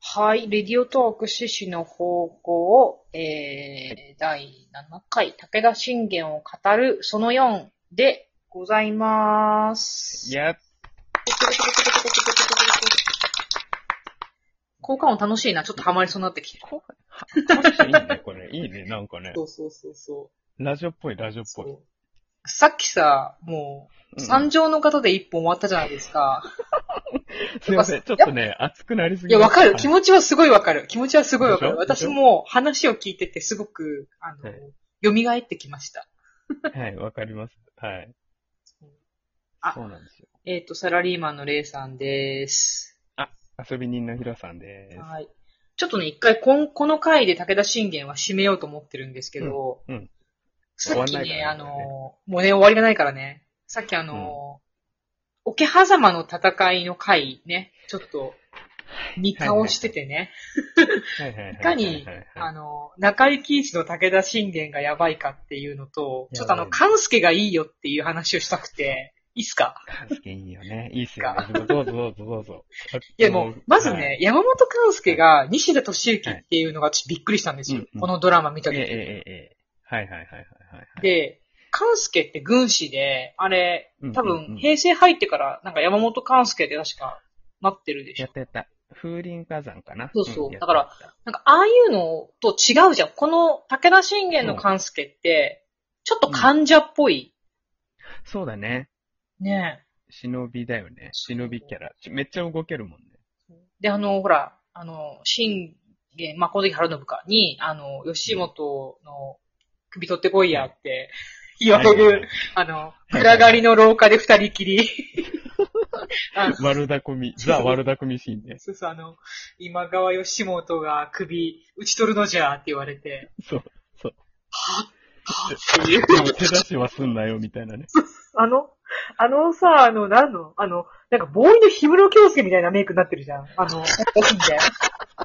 はい。レディオトーク趣旨の方向、えー、第7回、武田信玄を語る、その4でございます。やっ、交換音楽しいな。ちょっとハマりそうになってきてる。こう、はいいね、これ。いいね、なんかね。そうそうそうそラジオっぽい、ラジオっうぽい。さっきさ、もうう、ん三条の方で一本終わったじゃないですか。すいません、ちょっとね、熱くなりすいぎや、まわしたかる。気持ちはすごいわかる。気持ちはすごいわかる。でしょでし私ょも話を聞いててすごく、あの、はい蘇ってきました。はい、わかります。はい。あそうなんですよ。えっ、と、サラリーマンのレイさんです。遊び人のヒロさんです。はい。ちょっとね、一回こん、この回で武田信玄は締めようと思ってるんですけど、うんうんさっきね、終わんないからあねの、もうね、終わりがないからね、さっきあの、桶狭間の戦いの回ね、ちょっと、見倒しててね、はいはいはいはいかにはいあの、中井貴一の武田信玄がやばいかっていうのと、ちょっとあやばいの、ね勘介がいいよっていう話をしたくて、いいっすかはい。すげえいいよね。いいっすよね。どうぞどうぞどうぞ。 いやもう、まずね、はい、山本勘介が西田敏行っていうのが私びっくりしたんですよ。はいうんこのドラマ見たえ時、えええええ。はいはいはいはいはい。で、勘介って軍師で、あれ、多うんうんう分ん平成入ってからなんか山本勘介で確かなってるでしやょっ。たやった。風林火山かな。そうそうんだから、なんかああいうのと違うじゃん。この武田信玄の勘介って、ちょっと患者っぽい。やったそうだね。ね忍びだよね。忍びキャラ。めっちゃ動けるもんね。え。で、あの、ほら、あの、信玄、まあ、この時春信かに、あの、吉本の首取ってこいやって、言われる、あの、暗がりの廊下で二人きり。あの 悪 巧み、ザ悪巧みシーンね。そうそう、あの、今川義元が首、打ち取るのじゃって言われて、そう、そう。はぁっていう。でも手出しはすんなよ、みたい なね。あの、あのさ、あの、なんの、あの、なんか、ボーイの氷室京介みたいなメイクになってるじゃん。あの、私みたいな。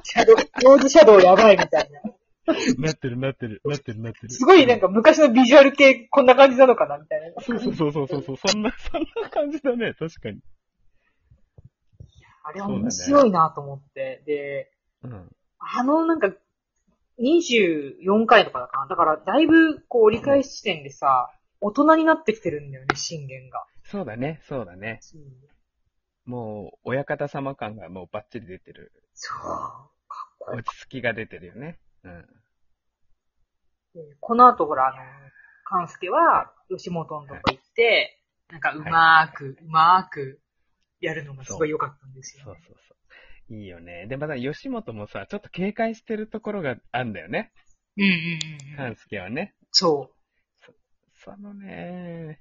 シャドウ、幼児シャドウやばいみたいな。なってる、なってる、なってる、なってる。すごいなんか昔のビジュアル系こんな感じなのかなみたいな。そうそうそうそうそう、そんな、 そんな感じだね、確かに。あれ面白いなと思って。で、うん。あの、なんか、24回とかだかな。だから、だいぶ、こう、折り返し地点でさ、大人になってきてるんだよね、信玄が。そうだね、そうだね。そう。もう、親方様感がもうバッチリ出てる。かっこい落ち着きが出てるよね。うん。い。でこの後、ほら、あの、勘介は、吉本のとこ行って、なんか、うまーく、うまーく、やるのがすごい良かったんですそよう。そうそう。いいよね。で、また吉本もさ、ちょっと警戒してるところがあんだよね。うんうんうんうん。半助はね。そう。そのね、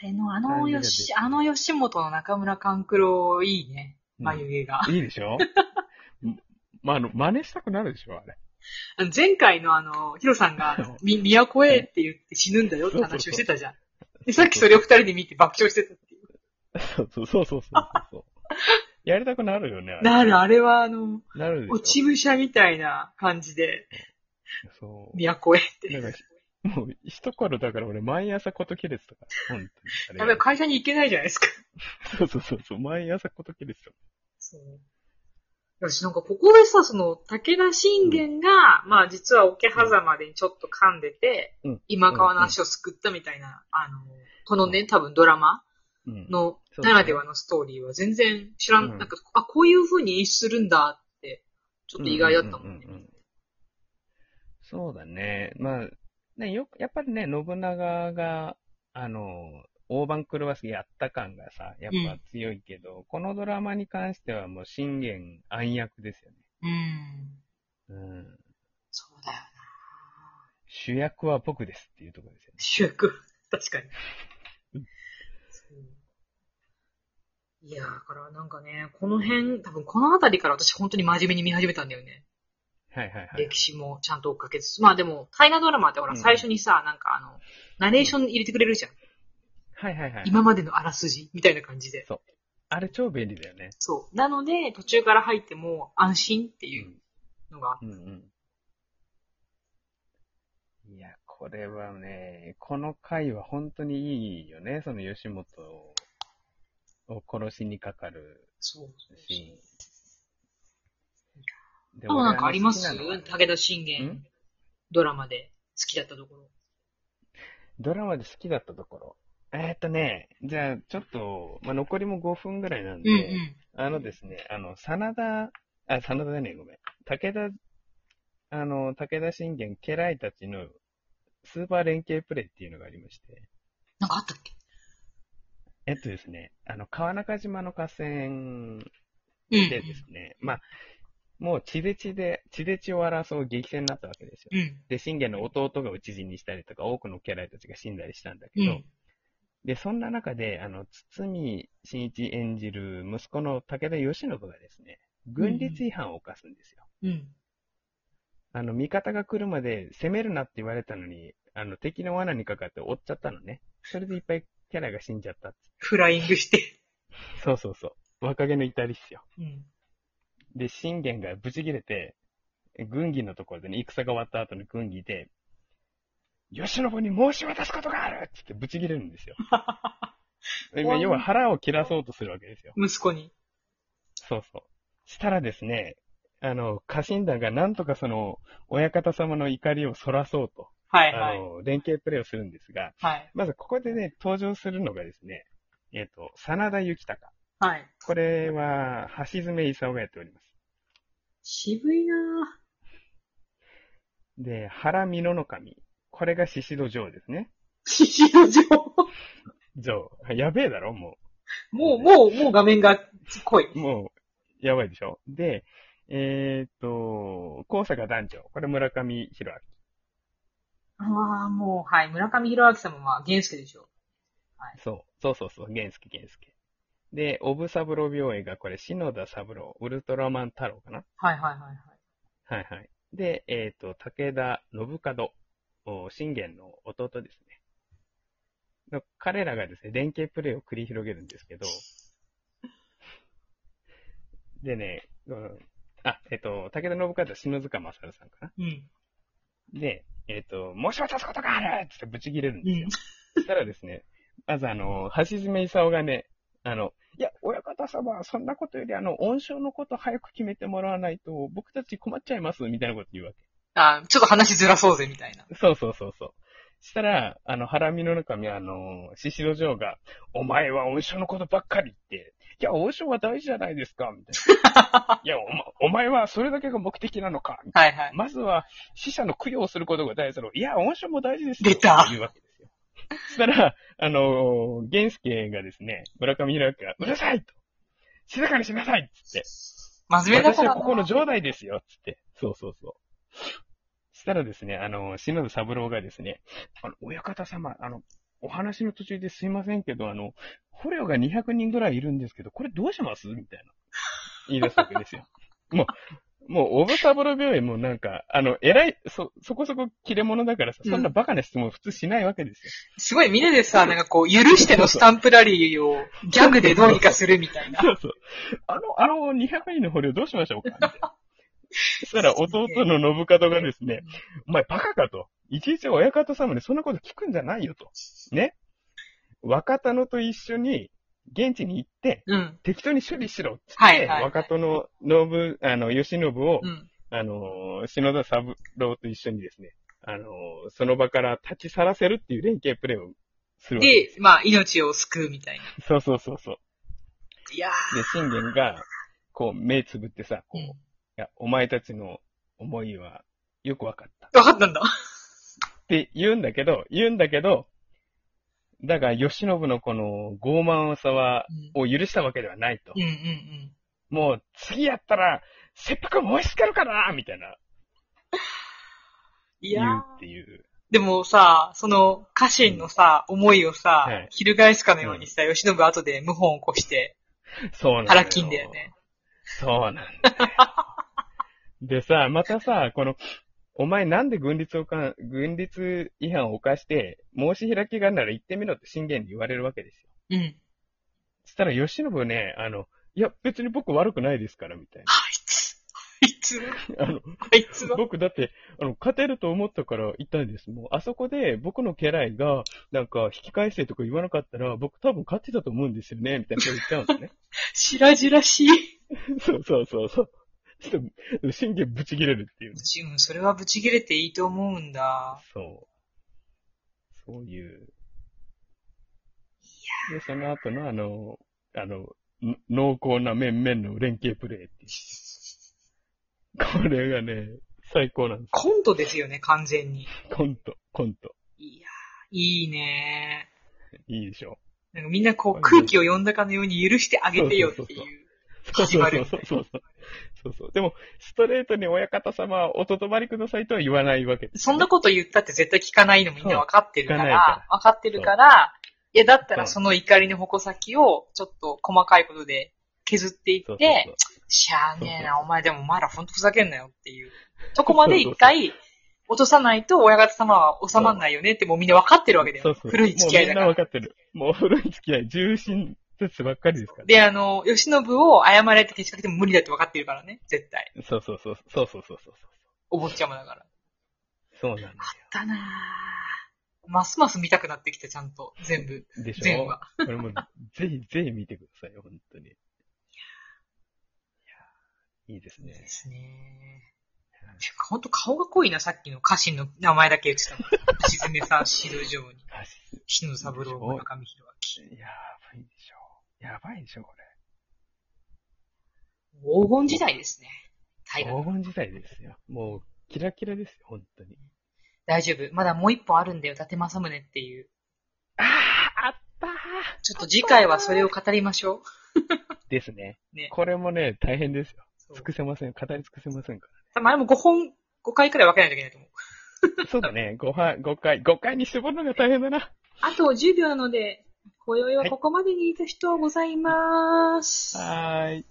あれの、あの、よし、あ感じが出てるの吉本の中村勘九郎、いいね。うん眉毛が。いいでしょ んまあ、あの、真似したくなるでしょ、あれ。あの前回のあの、ヒロさんが、あ のみ、都へって言って死ぬんだよって話をしてたじゃん。で、さっきそれを二人で見て爆笑してたっていう。そうそうそうそうそうそう。やりたくなるよね。あれなる、あれはあの、なるでしょ。落ち武者みたいな感じで、そう。都へって。なんか、もう、一頃だから俺、毎朝ことキレてたから。本当に。やべ、会社に行けないじゃないです か。そうそうそうそう、毎朝ことキレてた。そう。私なんかここでさ、その、武田信玄が、まあ実は桶狭間でちょっと噛んでて、うん今川の足を救ったみたいな、あの、このね、多分ドラマうん。のそうですなねらではのストーリーは全然知らん、うんなんか、あ、こういう風に演出するんだって、ちょっと意外だったもんねう。うううそうだね。まあ、ね、よく、やっぱりね、信長が、あの、大番狂わすやった感がさ、やっぱ強いけど、このドラマに関してはもう信玄暗躍ですよね。うん。うん。そうだよな。主役は僕ですっていうところですよね。主役、 確かにうん。そういやー、だからなんかね、この辺、多分この辺りから私本当に真面目に見始めたんだよね。はいはいはい。歴史もちゃんと追っかけつつ。まあでも、大河ドラマってほら、うん最初にさ、なんかあの、ナレーション入れてくれるじゃん。はいはいはい。今までのあらすじみたいな感じで。あれ超便利だよね。そう。なので、途中から入っても安心っていうのがうんうんいや、これはね、この回は本当にいいよね。その吉本をを殺しにかかるそう。シであ、なんかあります俺の好きなのは武田信玄ん、ドラマで好きだったところ。ドラマで好きだったところ。えーっとね、じゃあちょっと、まあ、残りも5分ぐらいなんうで、んうん。あのですね、あの、真田、あ、真田じゃねえ、ごめん。武田、あの、武田信玄、家来たちのスーパー連携プレイっていうのがありまして、なんかあったっけえっとですね、あの、川中島の河川うんうん。でですね、まあ、もう血で血で、血で血を争う激戦になったわけですよ。うん。で、信玄の弟が討ち死にしたりとか、多くの家来たちが死んだりしたんだうけど、ん。で、そんな中で、あの、堤真一演じる息子の武田義信がですね、軍律違反を犯すんですよ。うん。あの、味方が来るまで攻めるなって言われたのに、あの、敵の罠にかかって追っちゃったのね。それでいっぱいキャラが死んじゃったっつフライングして。そうそうそう。若気の至りっすよ。うん。で、信玄がブチ切れて、軍議のところでね、戦が終わった後の軍議で、義信に申し渡すことがあるっつってブチ切れるんですよ。今要は腹を切らそうとするわけですよ。息子に。そうそう。したらですね、あの、家臣団がなんとかその、親方様の怒りをそらそうと、はいはあい。の、連携プレーをするんですが、はい。まずここでね、登場するのがですね、えっ、と、真田幸隆。はい。これは、橋爪功がやっております。渋いなぁ。で、原美濃守。これが宍戸城ですね。獅子の城。城。やべえだろ、も もう、もう、もう画面が濃い。う。もう、やばいでしょ。で、えっ、と、高坂団長。これ村上博明。ああ、もう、はい。村上博明様は源助でしょ。そう、そうそうそう、源助源助。で、オブサブロ病院がこれ、篠田三郎、ウルトラマン太郎かなはいはいはいはい。はいはい。で、えっ、と、武田信門、お信玄の弟ですね。の彼らがですね、連携プレーを繰り広げるんですけど、でね、うんあ、えっ、と、武田信門は篠塚正さんかなうん。で、えっ、と、申し渡すことがあるっつってブチ切れるんうですよん。。そしたらですね、まずあの、橋爪功がね、あの、いや、親方様、そんなことより、あの、恩賞のこと早く決めてもらわないと、僕たち困っちゃいます、みたいなこと言うわあーちょっと話ずらそうぜ、みたいな。け。そうそうそうそう。したら、あの、腹身の中に、あの、獅子戸城が、お前は恩賞のことばっかり言って、いや、恩賞は大事じゃないですか、みたいな。 いやお、ま、お前はそれだけが目的なのか、はいはい。まずは死者の供養をすることが大事だろう。いや、恩賞も大事ですよ。出たというわけですよ。そしたら、あのー、源助がですね、村上弘明が、うるさいと静かにしなさいっつって。真面目だ私からはな。ここの城代ですよっつって。そうそうそう。そしたらですね、あのー、篠田三郎がですね、あの、親方様、あの、お話の途中ですいませんけど、あの、捕虜が200人ぐらいいるんですけど、これどうしますみたいな。言い出すわけで すよ。もう、もう、オブサブロ病院もなんか、あの、偉い、そ、そこそこ切れ者だからさ、そんなバカな質問普通しないわけですよ。すごい、ミネでさ、なんかこう、許してのスタンプラリーをギャグでどうにかするみたいな。そうそう。あの、あの、200人の捕虜どうしましょうかみたいなそしたら、弟の信門がですね、お前バカかと。いちいち親方様にそんなこと聞くんじゃないよと。ね。若殿と一緒に、現地に行って、うん。適当に処理しろっつって、はいはいはい若殿の信、あの、吉信を、うん。あの、篠田三郎と一緒にですね、あの、その場から立ち去らせるっていう連携プレーをするわけで、ですまあ、命を救うみたいな。よ。そうそうそうそう。いやで、信玄が、こう、目つぶってさ、ー。うこう、んいや、お前たちの思いはよくわかった。っわかったんだ。て言うんだけど、言うんだけど、だが、義信のこの傲慢さは、うんを許したわけではないと。うんうんうん。もう、次やったら、切腹申し付けるからみたいな、いや言ーうっていう。でもさ、その家臣のさ、思いをさ、はい翻すかのようにさ、吉信後で謀反を起こして、そうなんだよ。腹筋だよね。そうなんだよ。でさ、またさ、この、お前なんで軍律をか、軍律違反を犯して、申し開きがあるなら言ってみろって信玄に言われるわけですよ。うん。はいそしたら、吉信ね、あの、いや、別に僕悪くないですから、みたいつ、あいつ、な。あの、あいつは。僕だって、あの、勝てると思ったから言ったんです。もう、あそこで僕の家来が、なんか、引き返せとか言わなかったら、僕多分勝ってたと思うんですよね、みたいなこと言っちゃうんですね。 しらじらしい。そうそうそうそう。ちょっと、神経ぶち切れるっていうね。ぶち、うん、それはぶち切れていいと思うんだ。そう。そういう。で、その後のあの、あの、ん濃厚な面々の連携プレーっていう。これがね、最高なんでコントですよね、完全に。す。コント、コント。いやー、いいねいいでしょ。ー。なんかみんなこう空気を読んだかのように許してあげてよってそうそういう。そう始そまうるそうそうそう。そうそう。でも、ストレートに親方様はおとどまりくださいとは言わないわけですそね、んなこと言ったって絶対聞かないのみんな分かってるか、そう聞かないから分かってるから、いや、だったらそうその怒りの矛先を、ちょっと細かいことで削っていそっうそうて、そしゃーねえそうそうな、お前でもお前らほんとふざけんなよっていう。そこまで一回落とさないと親方様は収まんないよねってもうみんな分かってるわけだう。そうよ。そう。古い付き合いだかもうみんなら。わかってる。もう古い付き合い、重心説ばっかりですから。で、あの、吉信を謝れってけしかけても無理だって分かってるからね、絶対。そうそうそう。そうそうそうそう。お坊ちゃまだから。そうなんだよ。だなぁ。ますます見たくなってきた、ちゃんと。全部。でしょ全話。これも、ぜひ、ぜひ見てください、本当に。いやーいいですいいね。ですね。てか、ほんと顔が濃いな、さっきの家臣の名前だけ言ってたの。静めさん、白城に、あし日野三郎、村上弘やばいでしょ。やばいでしょ、これ。明。黄金時代ですね。大河黄金時代ですよ。もう、キラキラですよ、本当に。大丈夫。まだもう一本あるんだよ、伊達政宗っていう。あああったーちょっと次回はそれを語りましょですね。ねこれもね、大変ですよ。う。尽くせません。語り尽くせませんか多分あれも5本、5回くらい分けないといけないと思う。ら。そうだね。5回、5回、5回に絞るのが大変だな。あと10秒なので、今宵はここまでにいた人はございます。はーい。